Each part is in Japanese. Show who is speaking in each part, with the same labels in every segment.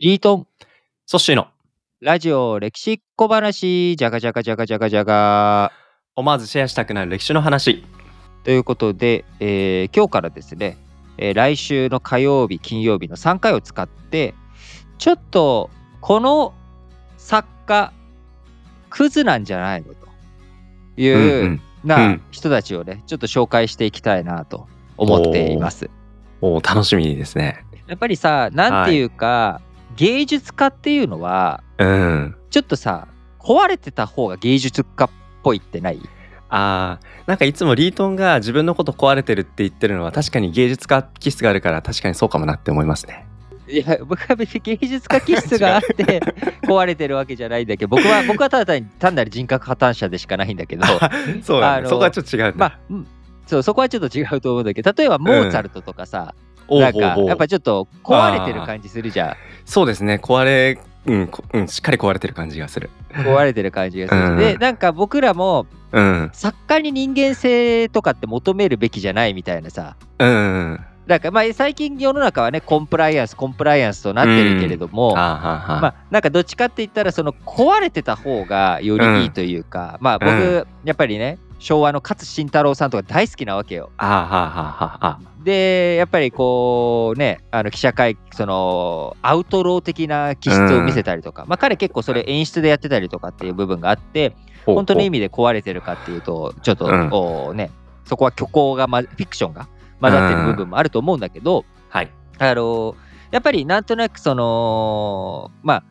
Speaker 1: リートン、ソッシーの、
Speaker 2: ラジオ歴史小話、じゃがじゃがじゃがじゃがじゃが。
Speaker 1: 思わずシェアしたくなる歴史の話。
Speaker 2: ということで、えー今日からですね、えー来週の火曜日、金曜日の3回を使って、ちょっとこの作家、クズなんじゃないのという、
Speaker 1: うんう
Speaker 2: なん人たちをね、ちょっと紹介していきたいなと思っています。
Speaker 1: うん、おー楽しみですね。
Speaker 2: やっぱりさ、なんていうか、芸術家っていうのは、
Speaker 1: うん。
Speaker 2: ちょっとさ、壊れてた方が芸術家っぽいってない
Speaker 1: あーなんかいつもリートンが自分のこと壊れてるって言ってるのは確かに芸術家気質があるから確かにそうかもなって思いますね。
Speaker 2: いや僕は別に芸術家気質があって 壊れてるわけじゃないんだけど僕は僕はただ単に単なる人格破綻者でしかないんだけど
Speaker 1: そう
Speaker 2: あ
Speaker 1: なんだ
Speaker 2: の
Speaker 1: そこはちょっと違うん
Speaker 2: ま
Speaker 1: だ。
Speaker 2: あ、うんそうそこはちょっと違うと思うんだけど例えばモーツァルトとかさ、
Speaker 1: お
Speaker 2: なん
Speaker 1: ー
Speaker 2: か
Speaker 1: ほうほう
Speaker 2: やっぱちょっと壊れてる感じするじゃん
Speaker 1: そうですね壊れ、うんこうん、しっかり壊れてる感じがする。
Speaker 2: 壊れてる感じがする、
Speaker 1: うん
Speaker 2: でなんか僕らも
Speaker 1: うん
Speaker 2: 作家に人間性とかって求めるべきじゃないみたいなさ
Speaker 1: うん。あ
Speaker 2: なんかまあ最近世の中はねコンプライアンスコンプライアンスとなってるけれども、
Speaker 1: ーはーはー
Speaker 2: まあ、なんかどっちかって言ったらその壊れてた方がよりいいというか、まあ僕、
Speaker 1: う
Speaker 2: やっぱりね昭和の勝慎太郎さんとか大好きなわけよ。
Speaker 1: あーはーはーはーはー
Speaker 2: でやっぱりこうねあの記者会そのアウトロー的な気質を見せたりとか、まあ彼結構それ演出でやってたりとかっていう部分があって
Speaker 1: ほうほう
Speaker 2: 本当の意味で壊れてるかっていうとちょっと、
Speaker 1: うん
Speaker 2: おねそこは虚構が、ま、フィクションが混ざってる部分もあると思うんだけど、
Speaker 1: はい。
Speaker 2: あのやっぱりなんとなくそのまあ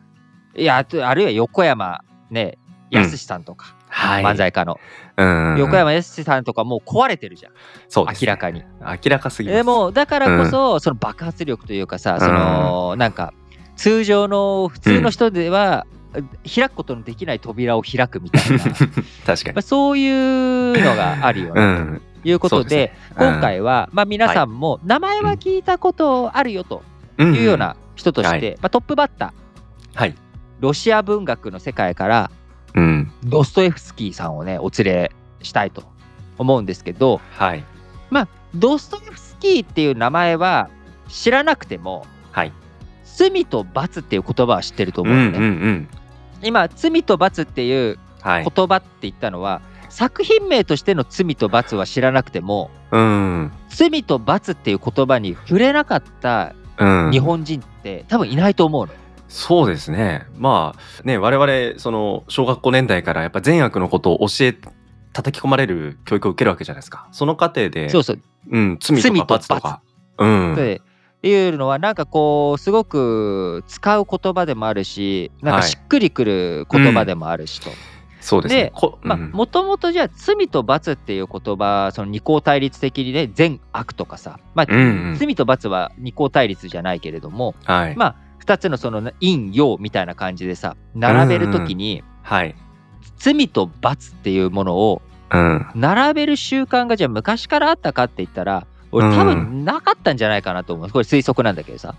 Speaker 2: いやあとあるいは横山ね
Speaker 1: うん
Speaker 2: 康さんとか、
Speaker 1: はい。
Speaker 2: 漫才家の、
Speaker 1: うん。
Speaker 2: 横山康さんとかもう壊れてるじゃん
Speaker 1: そうです
Speaker 2: 明
Speaker 1: ね
Speaker 2: らかに。
Speaker 1: 明らかすぎます
Speaker 2: でもだからこそ、その爆発力というかさその、なんか通常の普通の人では、開くことのできない扉を開くみたいな ま
Speaker 1: 確かに
Speaker 2: あそういうのがあるよ
Speaker 1: う
Speaker 2: ね、
Speaker 1: ん
Speaker 2: ということで
Speaker 1: そうですねうん
Speaker 2: 今回は、まあ、皆さんも名前は聞いたことあるよと、
Speaker 1: うん
Speaker 2: いうような人として、
Speaker 1: はい
Speaker 2: まあ、トップバッター
Speaker 1: はい
Speaker 2: ロシア文学の世界から
Speaker 1: うん
Speaker 2: ドストエフスキーさんをねお連れしたいと思うんですけど
Speaker 1: はい
Speaker 2: ドストエフスキーっていう名前は知らなくても
Speaker 1: はい
Speaker 2: 罪と罰っていう言葉は知ってると
Speaker 1: うん
Speaker 2: 思
Speaker 1: う
Speaker 2: うんの
Speaker 1: う
Speaker 2: ね、
Speaker 1: ん
Speaker 2: 今罪と罰っていう
Speaker 1: はい
Speaker 2: 言葉って言ったのは、作品名としての罪と罰は知らなくても
Speaker 1: うん
Speaker 2: 罪と罰っていう言葉に触れなかった
Speaker 1: うん
Speaker 2: 日本人って多分いないと思うの。
Speaker 1: そうですねまあね我々その小学校年代からやっぱ善悪のことを教え叩き込まれる教育を受けるわけじゃないですかその過程で
Speaker 2: そうそう
Speaker 1: うん罪と
Speaker 2: 罪
Speaker 1: か
Speaker 2: と
Speaker 1: 罰とかうん
Speaker 2: っていうのはなんかこうすごく使う言葉でもあるしなんか
Speaker 1: はい
Speaker 2: しっくりくる言葉でもあるしと、
Speaker 1: そうですね
Speaker 2: で
Speaker 1: こ
Speaker 2: まあ
Speaker 1: うん
Speaker 2: もともとじゃあ罪と罰っていう言葉その二項対立的にね善悪とかさ、まあ
Speaker 1: うんうん
Speaker 2: 罪と罰は二項対立じゃないけれども
Speaker 1: はい
Speaker 2: まあ2つのその陰陽みたいな感じでさ並べる時に
Speaker 1: はい
Speaker 2: 罪と罰っていうものを
Speaker 1: うん
Speaker 2: 並べる習慣がじゃあ昔からあったかって言ったら俺多分なかったんじゃないかなと思うこれ推測なんだけどさ。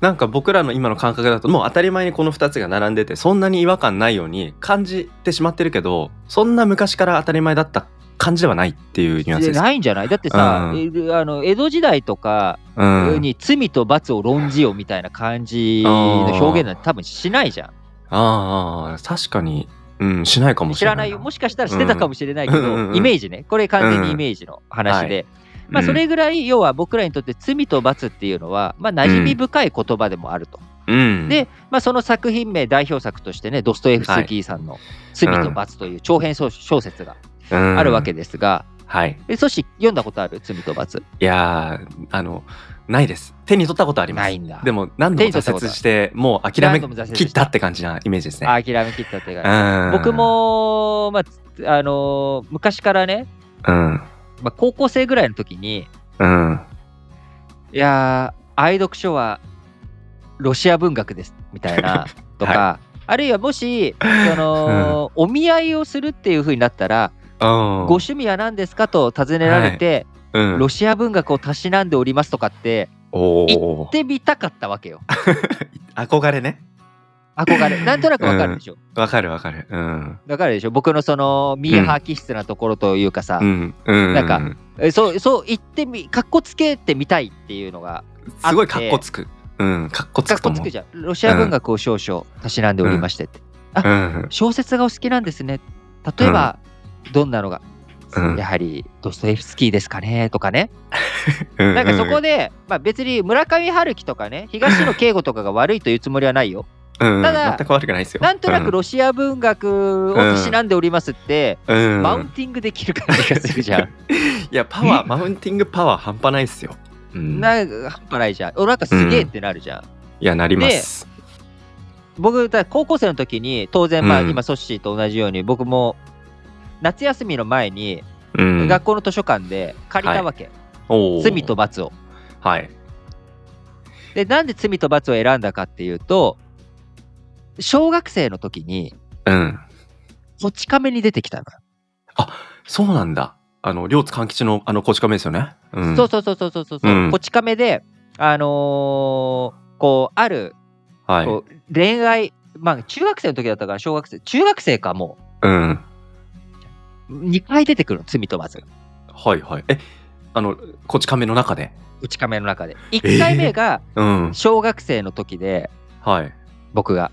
Speaker 1: なんか僕らの今の感覚だともう当たり前にこの2つが並んでてそんなに違和感ないように感じてしまってるけどそんな昔から当たり前だった感じではないっていうニュアンスです。
Speaker 2: ないんじゃないだってさ、
Speaker 1: うん
Speaker 2: えあの江戸時代とか
Speaker 1: うん、
Speaker 2: に罪と罰を論じよみたいな感じの表現なんて多分しないじゃん。
Speaker 1: ああ確かに、うん、しないかもし
Speaker 2: 知
Speaker 1: れ
Speaker 2: ら
Speaker 1: な
Speaker 2: ないいよ。もしかしたらしてたかもしれないけど、
Speaker 1: うんうんうん
Speaker 2: イメージね。これ完全にイメージの話で。まあ、それぐらい、要は僕らにとって罪と罰っていうのは、まあ、馴染み深い言葉でもあると。
Speaker 1: うん、
Speaker 2: で、まあ、その作品名、代表作としてね、ドストエフスキーさんの罪と罰という長編小小説が
Speaker 1: うん
Speaker 2: あるわけですが、
Speaker 1: はい
Speaker 2: えそし読んだことある罪と罰。
Speaker 1: いやーあのないです手に取ったことあります
Speaker 2: ないんだ
Speaker 1: でも何度も挫折してもう諦め
Speaker 2: 何度も挫折した
Speaker 1: 切ったって感じなイメージですね
Speaker 2: あ諦めきった手が。
Speaker 1: うん
Speaker 2: 僕も、まあつあのー昔からね、
Speaker 1: うん
Speaker 2: まあ、高校生ぐらいの時に
Speaker 1: うん
Speaker 2: いやー愛読書はロシア文学ですみたい なとか、あるいはもしその、お見合いをするっていう風になったら、
Speaker 1: うん
Speaker 2: ご趣味は何ですかと尋ねられて、
Speaker 1: うん
Speaker 2: ロシア文学をたしなんでおりますとかって
Speaker 1: お
Speaker 2: 行
Speaker 1: お
Speaker 2: ってみたかったわけよ
Speaker 1: 憧れね
Speaker 2: 憧 れなんとなくわかるでしょ、
Speaker 1: わかるわかる。うん。
Speaker 2: わかるでしょ僕のそのミーハー気質なところというかさ、
Speaker 1: うん。うん。
Speaker 2: なんかえそうそう行ってみかっこつけてみたいっていうのが
Speaker 1: すごいかっこつく。うん、かっこつ
Speaker 2: かっ
Speaker 1: くと
Speaker 2: こ
Speaker 1: 思
Speaker 2: つ
Speaker 1: う
Speaker 2: く。じゃんロシア文学を少々たしなんでおりましてって、
Speaker 1: うん、
Speaker 2: 小説がお好きなんですね例えば、どんなのが、
Speaker 1: うん
Speaker 2: やはりドストエフスキーですかねとかね
Speaker 1: う
Speaker 2: なんかそこ
Speaker 1: で、
Speaker 2: で、まあ、別に村上春樹とかね東野圭吾とかが悪いというつもりはないよ
Speaker 1: うん、
Speaker 2: ただ
Speaker 1: 全く悪くないですよ。
Speaker 2: なんとなくロシア文学をたしなんでおりますって、
Speaker 1: うん、うん
Speaker 2: マウンティングできる感じがするじゃん。
Speaker 1: いや、パワー、マウンティングパワー半端ないっすよ。うん、い
Speaker 2: なんか半端ないじゃん。おなんかすげえってなるじゃん。
Speaker 1: や、なります。
Speaker 2: 僕、だから高校生の時に、当然、まあ
Speaker 1: うん
Speaker 2: 今、ソッシーと同じように、僕も夏休みの前に、
Speaker 1: うん、
Speaker 2: 学校の図書館で借りたわけ。
Speaker 1: おー
Speaker 2: 罪と罰を。
Speaker 1: はい。
Speaker 2: で、なんで罪と罰を選んだかっていうと、小学生の時に、
Speaker 1: うん。
Speaker 2: こち亀に出てきたのよ。
Speaker 1: そうなんだ。あの、両津勘吉のあの、こち亀ですよね。うん。
Speaker 2: そうそうそうそうそうそう。
Speaker 1: うん
Speaker 2: こち亀で、あのーこう、ある
Speaker 1: はい。
Speaker 2: こう恋愛、まあ、中学生の時だったから小学生中学生かも
Speaker 1: うん。は
Speaker 2: う2回出てくるの罪と罰が
Speaker 1: いはい。え、あの、こち亀の中で。
Speaker 2: 内ち亀の中で1回目が
Speaker 1: うん。
Speaker 2: 小学生の時で、
Speaker 1: はい。
Speaker 2: 僕が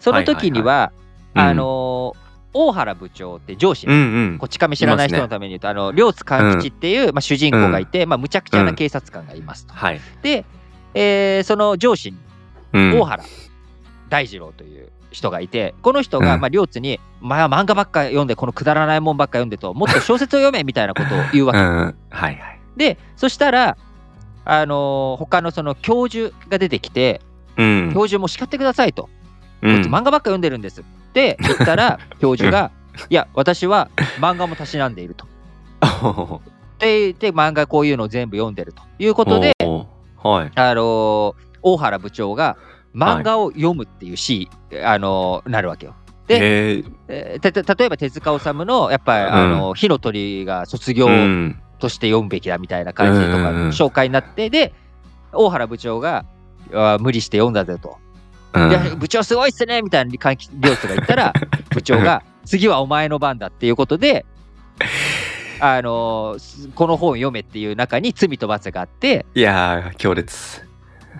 Speaker 2: その時には,、
Speaker 1: はいはい
Speaker 2: あのー大原部長って上司
Speaker 1: う
Speaker 2: ね、
Speaker 1: んうん
Speaker 2: こち亀知らない人のために言うと、あの両津勘吉っていう、まあ、主人公がいて、まあ、むちゃくちゃな警察官がいますと。
Speaker 1: はい。
Speaker 2: で、えーその上司に
Speaker 1: うん
Speaker 2: 大原大二郎という人がいてこの人が
Speaker 1: うん
Speaker 2: まあ両津に「お前は漫画ばっか読んでこのくだらないもんばっか読んでともっと小説を読め」みたいなことを言うわ
Speaker 1: う
Speaker 2: け
Speaker 1: んうん。はいはい。
Speaker 2: でそしたらあのー他のその教授が出てきて
Speaker 1: うん。
Speaker 2: 教授も叱ってくださいと「
Speaker 1: う
Speaker 2: こい
Speaker 1: ん
Speaker 2: つ漫画ばっか読んでるんです」って言った ら教授が「いや私は漫画もたしなんでいる」と。でで漫画こういうのを全部読んでるということで、
Speaker 1: おーはい。
Speaker 2: あのー大原部長が漫画を読むっていうシーン、あのーなるわけよ。
Speaker 1: で、えー
Speaker 2: えーたた例えば手塚治虫のやっぱり、あの火の鳥が卒業
Speaker 1: うん、
Speaker 2: として読むべきだみたいな感じとか
Speaker 1: うんうんうん
Speaker 2: 紹介になってで大原部長があー無理して読んだぜと、
Speaker 1: うん
Speaker 2: で部長すごいっすねみたいな感じ両津が言った ら部長が次はお前の番だっていうことで、あのーすこの本を読めっていう中に罪と罰があって
Speaker 1: いやー、強烈。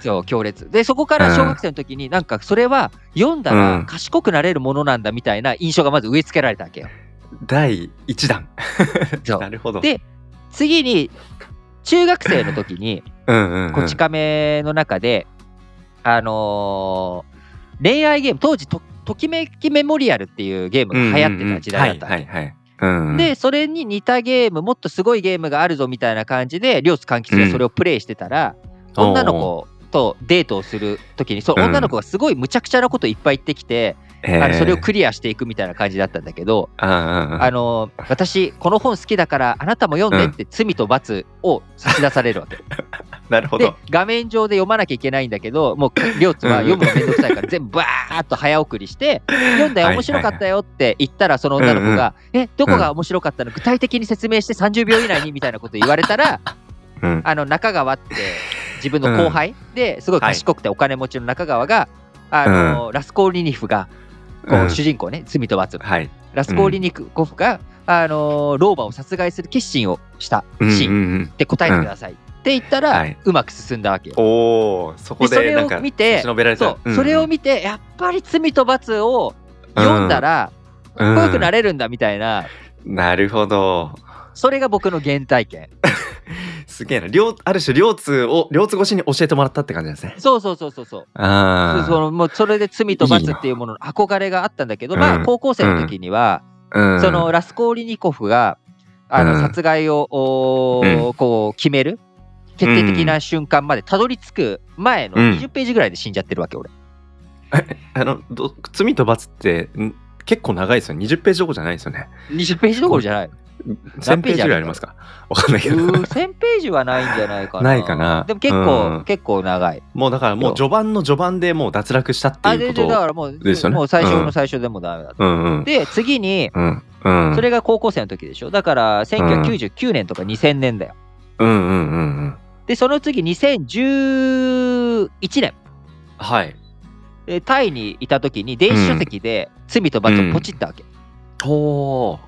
Speaker 2: そう強烈でそこから小学生の時になんかそれは読んだ
Speaker 1: う
Speaker 2: ら
Speaker 1: ん
Speaker 2: 賢くなれるものなんだみたいな印象がまず植え付けられたわけよ。
Speaker 1: 第一弾。
Speaker 2: そう
Speaker 1: なるほど。
Speaker 2: で次に中学生の時に
Speaker 1: うんうんうん、
Speaker 2: こち亀の中で、あのー恋愛ゲーム当時とときめきメモリアルっていうゲームが流行ってた時代だったわけ、
Speaker 1: うんうんうんはいはいはいうんうん、
Speaker 2: でそれに似たゲームもっとすごいゲームがあるぞみたいな感じで両津勘吉がそれをプレイしてたら、
Speaker 1: うん
Speaker 2: 女の子とデートをする時にその女の子がすごい無茶苦茶なこといっぱい言ってきて、
Speaker 1: えー
Speaker 2: あのそれをクリアしていくみたいな感じだったんだけど、
Speaker 1: うんうんうん
Speaker 2: あの私この本好きだからあなたも読んでって罪と罰を差し出されるわけ、
Speaker 1: なるほ
Speaker 2: で
Speaker 1: ど。
Speaker 2: 画面上で読まなきゃいけないんだけどもう両津は読むのめんどくさいから全部バーッと早送り して読んだよ面白かった
Speaker 1: よ。
Speaker 2: よって言ったらその女の子が「えどこが面白かったの具体的に説明して30秒以内に」みたいなこと言われた ら
Speaker 1: うん
Speaker 2: あの中川って自分の後輩ですごい賢くてお金持ちの中川があのラスコーリニフがこ
Speaker 1: うん
Speaker 2: う主人公ね罪と罰の
Speaker 1: はい。
Speaker 2: ラスコーリニコフが、あのー老婆を殺害する決心をしたシーン
Speaker 1: うんうんうん
Speaker 2: って答えてください、って言ったら、
Speaker 1: はいう
Speaker 2: まく進んだわけよ。
Speaker 1: おお、そこ
Speaker 2: でそ
Speaker 1: で
Speaker 2: れ
Speaker 1: な
Speaker 2: を
Speaker 1: んか
Speaker 2: 見て
Speaker 1: 差し伸べられた
Speaker 2: そう、それを
Speaker 1: 見
Speaker 2: 見てやっぱり「罪と罰」を読んだらかっこよくなれるんだみたいな、
Speaker 1: なるほど。
Speaker 2: それが僕の原体験
Speaker 1: すげえな。両ある種両通を両通越しに教えてもらったって感じなんですね。
Speaker 2: そうそうそうそうそう
Speaker 1: ああ。
Speaker 2: そのもうそれで「罪と罰」っていうものの憧れがあったんだけど
Speaker 1: いいな
Speaker 2: まあ
Speaker 1: うん
Speaker 2: 高校生の時には、
Speaker 1: うん
Speaker 2: そのラスコーリニコフがあの
Speaker 1: うん
Speaker 2: 殺害をおーこう決める決定的な瞬間までたどり着く前の
Speaker 1: うん
Speaker 2: 20ページぐらいで死んじゃってるわけ俺
Speaker 1: あのど罪と罰ってん結構長いですよ。20ページどころじゃないですよね。
Speaker 2: 20ページどころじゃ ない
Speaker 1: 1000ページぐらいありますか。わかんないうけど。
Speaker 2: ー1000ページはないんじゃないかな
Speaker 1: ないかな
Speaker 2: でも結構、
Speaker 1: うん
Speaker 2: 結構長い
Speaker 1: もうだからもう序盤の序盤でもう脱落したって
Speaker 2: あ
Speaker 1: いう
Speaker 2: 全
Speaker 1: こと
Speaker 2: 然だからもう
Speaker 1: ですよね
Speaker 2: もう最初
Speaker 1: う
Speaker 2: の
Speaker 1: ん
Speaker 2: 最初でもダメだった、
Speaker 1: うんうん
Speaker 2: で次に
Speaker 1: うんうん
Speaker 2: それが高校生の時でしょだから1999年とか2000年だよ
Speaker 1: うんうんうんうん
Speaker 2: でその次2011年
Speaker 1: はい
Speaker 2: でタイにいた時に電子書籍で「罪と罰」をポチったわけ、
Speaker 1: おお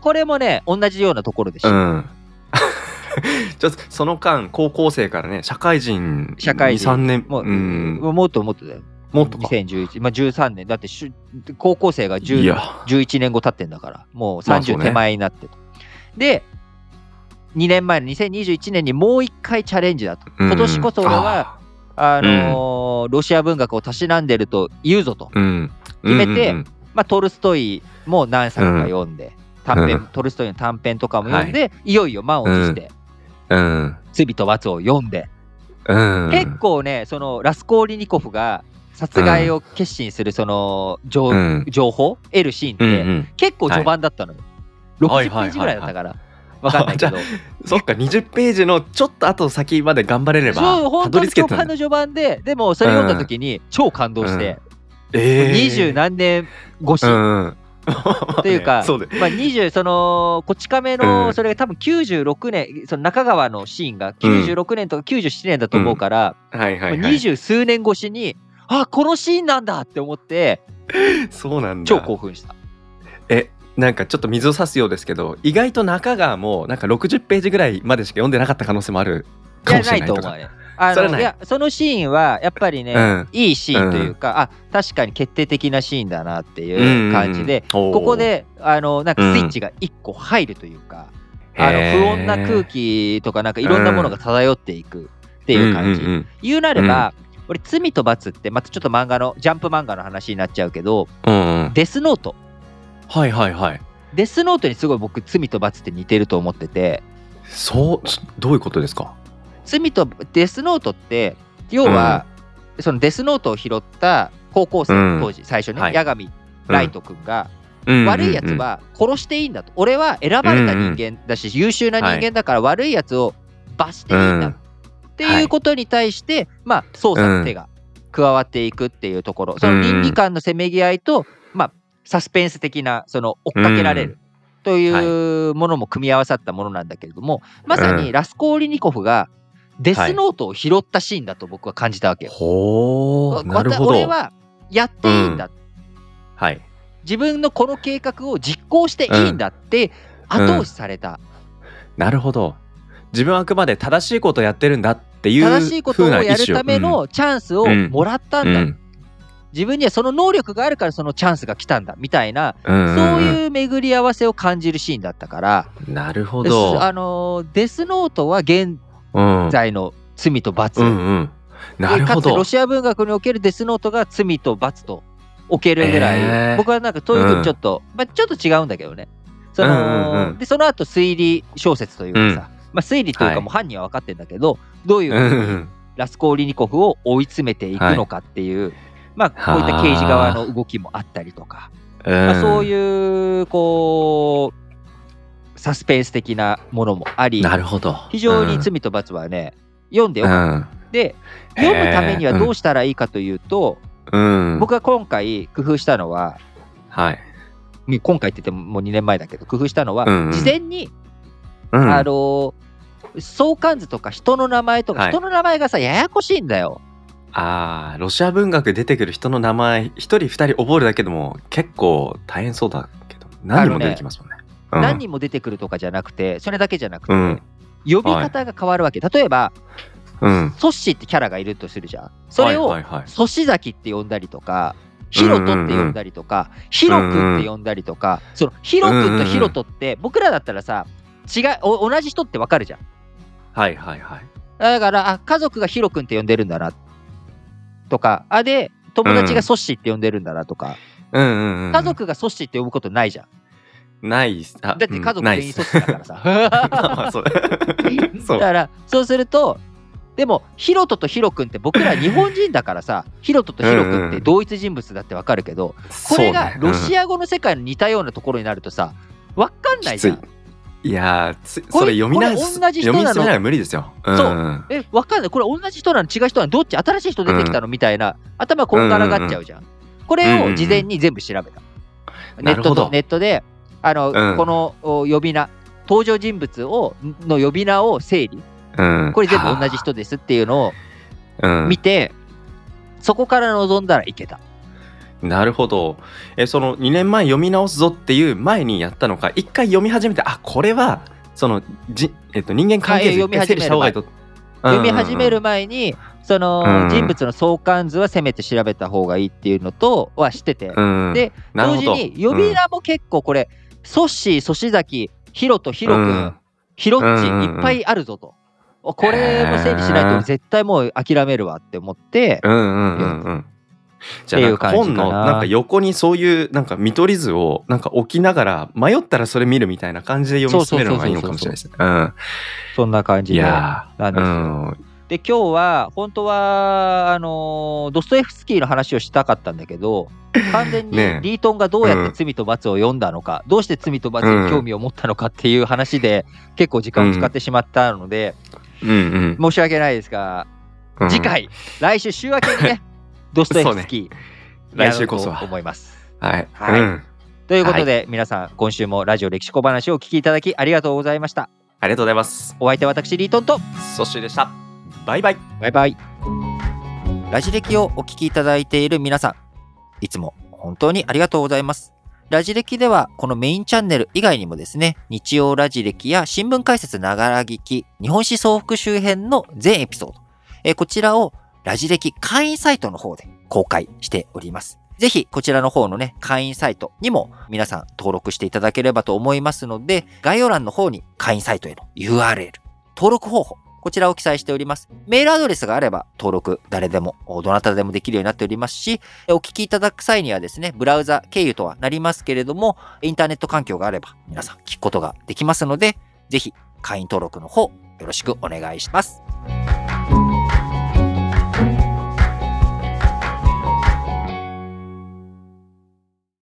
Speaker 2: これもね同じようなところでし
Speaker 1: う
Speaker 2: た、
Speaker 1: ん ちょっとその間高校生からね社会人
Speaker 2: 社会人
Speaker 1: 23年
Speaker 2: もう、
Speaker 1: ん
Speaker 2: もっともっとだよ。
Speaker 1: もっとか
Speaker 2: 2011、まあ、13年、だってしゅ高校生が
Speaker 1: い
Speaker 2: 10
Speaker 1: や
Speaker 2: 11年後経ってんだから、もう
Speaker 1: まあそう
Speaker 2: 30
Speaker 1: ね
Speaker 2: 手前になってと。で、2年前の2021年にもう一回チャレンジだと。今年こそ俺は、あのーロシア文学をたしなんでると言うぞと。
Speaker 1: うんあーうん、
Speaker 2: 決めて
Speaker 1: うんうんうん
Speaker 2: まあ、トルストイも何作か読んで、短編、
Speaker 1: うん
Speaker 2: トルストイの短編とかも読んで、い、よいよ満を持して、
Speaker 1: うん
Speaker 2: 罪と罰を読んで、
Speaker 1: うん、
Speaker 2: 結構ね、そのラスコーリニコフが殺害を決心するその情,、
Speaker 1: うん
Speaker 2: 情報得るシーンって、
Speaker 1: うんうん
Speaker 2: 結構序盤だったのよ。
Speaker 1: はい
Speaker 2: 60ページぐらいだったから。わ
Speaker 1: いはい
Speaker 2: かんないけど。
Speaker 1: そっか20ページのちょっと後先まで頑張れれ
Speaker 2: そ
Speaker 1: ば
Speaker 2: う、
Speaker 1: た
Speaker 2: 本
Speaker 1: ど
Speaker 2: 当
Speaker 1: り
Speaker 2: に
Speaker 1: 着け
Speaker 2: 序
Speaker 1: た
Speaker 2: 盤の序盤で、でもそれ読んだ時に超感動して、
Speaker 1: え
Speaker 2: 二十、何年越し、
Speaker 1: うん
Speaker 2: というか
Speaker 1: そうで
Speaker 2: まあ、20そのこち亀
Speaker 1: う
Speaker 2: の
Speaker 1: ん
Speaker 2: それが多分96年その中川のシーンが96年とか97年だと思うから、
Speaker 1: はいはい、
Speaker 2: ま
Speaker 1: は
Speaker 2: あ
Speaker 1: い、
Speaker 2: 二十数年越しにあこのシーンなんだって思って
Speaker 1: そうなんだ
Speaker 2: 超興奮した
Speaker 1: えなんかちょっと水を差すようですけど意外と中川もなんか60ページぐらいまでしか読んでなかった可能性もあるかもしれない と
Speaker 2: や
Speaker 1: か
Speaker 2: ないと思うねあ
Speaker 1: それ
Speaker 2: の
Speaker 1: はない
Speaker 2: いやそのシーンはやっぱりね、
Speaker 1: うん
Speaker 2: いいシーンというか、あ確かに決定的なシーンだなっていう感じで、
Speaker 1: こ
Speaker 2: ここであのなんかスイッチが1個入るというか、あの不穏な空気とかなんかいろんなものが漂っていくっていう感じ、
Speaker 1: んうん
Speaker 2: 言うなれば、俺「罪と罰」ってまたちょっと漫画のジャンプ漫画の話になっちゃうけど
Speaker 1: うんうんうん
Speaker 2: デスノート
Speaker 1: はいはいはい
Speaker 2: デスノートにすごい僕「罪と罰」って似てると思ってて
Speaker 1: そうそどういうことですか
Speaker 2: 罪とデスノートって要は、そのデスノートを拾った高校
Speaker 1: う
Speaker 2: 生
Speaker 1: ん
Speaker 2: 当時、最初ね、
Speaker 1: はい
Speaker 2: 八神ライト君が、悪いやつは殺していいんだと俺は選ばれた人間だし、優秀な人間だから悪いやつを罰していいんだ、
Speaker 1: うん
Speaker 2: っていうことに対して、まあ捜査の手が加わっていくっていうところ、その倫理観のせめぎ合いと、まあサスペンス的なその追っかけられるというものも組み合わさったものなんだけれども、まさ
Speaker 1: う
Speaker 2: に
Speaker 1: ん
Speaker 2: ラスコーリニコフがデスノートを拾ったシーンだと僕は感じたわけよ。
Speaker 1: ほうなるほど
Speaker 2: 俺はやっていいんだ
Speaker 1: はい
Speaker 2: 自分のこの計画を実行していいんだって
Speaker 1: う
Speaker 2: 後
Speaker 1: ん
Speaker 2: 押しされた、
Speaker 1: なるほど自分はあくまで正しいことをやってるんだっていう
Speaker 2: 正しいことを
Speaker 1: 風な意
Speaker 2: やる
Speaker 1: 思を
Speaker 2: ためのチャンスを
Speaker 1: うん
Speaker 2: もらった
Speaker 1: うん
Speaker 2: だ、
Speaker 1: ん
Speaker 2: 自分にはその能力があるからそのチャンスが来たんだみたいな、
Speaker 1: うんん
Speaker 2: そう
Speaker 1: う
Speaker 2: いう巡り合わせを感じるシーンだったから、
Speaker 1: んなるほど
Speaker 2: あのデスノートは現
Speaker 1: うん
Speaker 2: 在の罪と罰、
Speaker 1: うんうんな
Speaker 2: で
Speaker 1: る
Speaker 2: か
Speaker 1: ほ
Speaker 2: つてロ
Speaker 1: ど
Speaker 2: シア文学におけるデスノートが罪と罰と置けるぐらい、
Speaker 1: えー
Speaker 2: 僕はなんかそういうふうにちょっと、まあ、ちょっと違うんだけどねその、
Speaker 1: うんうんうん
Speaker 2: でその後推理小説というかさ、まあ、推理という
Speaker 1: は
Speaker 2: か
Speaker 1: い
Speaker 2: もう犯人は分かってんだけど、どういう
Speaker 1: う
Speaker 2: ふ
Speaker 1: ん
Speaker 2: う
Speaker 1: う
Speaker 2: に
Speaker 1: ん
Speaker 2: ラスコー・リニコフを追い詰めていくのかっていう、まあこういった刑事側の動きもあったりとか、まあ、そう
Speaker 1: う
Speaker 2: いうこうサスペンス的なものもあ
Speaker 1: ん
Speaker 2: り
Speaker 1: なるほど
Speaker 2: 非常に
Speaker 1: うん
Speaker 2: 罪と罰はね、読んでよかっ
Speaker 1: うん
Speaker 2: た。で読むためにはどうしたらいいかというと、
Speaker 1: うん
Speaker 2: 僕が今回工夫したのは
Speaker 1: はい
Speaker 2: み今回って言ってももう2年前だけど工夫したのは、
Speaker 1: うんうん
Speaker 2: 事前に、
Speaker 1: うん
Speaker 2: あのー相関図とか人の名前とか、
Speaker 1: はい
Speaker 2: 人の名前がさややこしいんだよ。
Speaker 1: あーロシア文学出てくる人の名前一人二人覚えるだけでも結構大変そうだけど何人も出てきますもんねうん
Speaker 2: 何人も出てくるとかじゃなくてそれだけじゃなくて、
Speaker 1: うん
Speaker 2: 呼び方が変わるわけ。例えば
Speaker 1: うん
Speaker 2: ソッシーってキャラがいるとするじゃん。それを、
Speaker 1: はいはいはい
Speaker 2: ソシザキって呼んだりとか、ヒロトって呼んだりとか、ヒロ君って呼んだりとか、そのヒロ君とヒロトって、僕らだったらさ、違うお同じ人ってわかるじゃん。
Speaker 1: はいはいはい
Speaker 2: だから、あ家族がヒロ君って呼んでるんだなとか、あで、友達がソッシーって呼んでるんだなとか、
Speaker 1: うんうんうん
Speaker 2: 家族がソッシーって呼ぶことないじゃん。
Speaker 1: ないっすあ
Speaker 2: だって家
Speaker 1: う
Speaker 2: 族
Speaker 1: んない
Speaker 2: 全
Speaker 1: っ
Speaker 2: 員
Speaker 1: す
Speaker 2: ソッシーだ からさ。
Speaker 1: まあま あそう
Speaker 2: だ
Speaker 1: そ う
Speaker 2: から、そうすると、でも、ヒロトとヒロ君って僕ら日本人だからさ、 ヒロトとヒロ君って同一人物だってわかるけど、これがロシ
Speaker 1: ア
Speaker 2: ア語の世界の似たようなところになるとさ、わかんないじゃん。
Speaker 1: いやーつ
Speaker 2: これ
Speaker 1: それ読みない
Speaker 2: これ同じ人
Speaker 1: 読み
Speaker 2: なの
Speaker 1: 進めない無理ですよ
Speaker 2: そ
Speaker 1: ん
Speaker 2: え、わかんない。これ同じ人なの違う人なのどっち新しい人出てきたのみたいな頭こんがらがっちゃうじゃん。これを事前に全部調べた。
Speaker 1: ん
Speaker 2: ネ
Speaker 1: な
Speaker 2: ッ
Speaker 1: る
Speaker 2: ト
Speaker 1: ほ
Speaker 2: と
Speaker 1: ど
Speaker 2: ネットで、あの、
Speaker 1: うん
Speaker 2: このお呼び名、登場人物をの呼び名を整理。
Speaker 1: うん
Speaker 2: これ全部同じ人ですっていうの
Speaker 1: うん
Speaker 2: を見て、そこから望んだらいけた。
Speaker 1: なるほどえその2年前読み直すぞっていう前にやったのか一回読み始めてあこれはそのじ、えっと、人間関係
Speaker 2: あえ
Speaker 1: 図
Speaker 2: 読み
Speaker 1: 一回整理した方がいいと
Speaker 2: 読み始め
Speaker 1: う
Speaker 2: る
Speaker 1: ん
Speaker 2: 前にそ
Speaker 1: うん
Speaker 2: の人物の相関図はせめて調べた方がいいっていうのとは知ってて、
Speaker 1: うんうん、
Speaker 2: で
Speaker 1: なるほ
Speaker 2: 同
Speaker 1: ど
Speaker 2: 時に呼び名も結構これ、ソッシー、ソシザキ、ヒロト、ヒロ
Speaker 1: う
Speaker 2: 君
Speaker 1: ん、
Speaker 2: ヒロッチ
Speaker 1: うんうんうん
Speaker 2: いっぱいあるぞと。おこれも整理しないと俺絶対もう諦めるわって思って、
Speaker 1: うんうんうんうん。じゃあなんか
Speaker 2: っていう感
Speaker 1: 本
Speaker 2: じかな
Speaker 1: のなんか横にそういうなんか見取り図をなんか置きながら迷ったらそれ見るみたいな感じで読み進めるのがいいのかもしれないですね。うん
Speaker 2: そんな感じ
Speaker 1: い
Speaker 2: で
Speaker 1: や
Speaker 2: なん
Speaker 1: ー
Speaker 2: ですよ。
Speaker 1: うん
Speaker 2: で今日は本当はあのードストエフスキーの話をしたかったんだけ ど完全に
Speaker 1: ねえ
Speaker 2: リートンがどうやって「罪と罰」を読んだのか、どうして「罪と罰」に興味を持ったのかっていう話で結構時間を使ってしまったので、
Speaker 1: うん
Speaker 2: 申し訳ないですが、
Speaker 1: うん。
Speaker 2: 次回来週週明けに ねドストエフスキー、
Speaker 1: 来週こそは
Speaker 2: 思います。
Speaker 1: はい。
Speaker 2: はい
Speaker 1: うん
Speaker 2: ということで、皆さん今週もラジオ歴史小話をお聞きいただきありがとうございました。
Speaker 1: ありがとうございます。
Speaker 2: お相手は私リートンと
Speaker 1: ソッシーでした。バイバイ。
Speaker 2: バイバイ。ラジ歴をお聞きいただいている皆さん、いつも本当にありがとうございます。ラジ歴では、このメインチャンネル以外にもですね、日曜ラジ歴や新聞解説ながら聞き、日本史総復周辺の全エピソード、えーこちらをラジ歴会員サイトの方で公開しております。ぜひ、こちらの方のね、会員サイトにも皆さん登録していただければと思いますので、概要欄の方に会員サイトへの URL、登録方法、こちらを記載しております。メールアドレスがあれば登録誰でも、おどなたでもできるようになっておりますし、お聞きいただく際にはですね、ブラウザ経由とはなりますけれども、インターネット環境があれば皆さん聞くことができますので、ぜひ会員登録の方よろしくお願いします。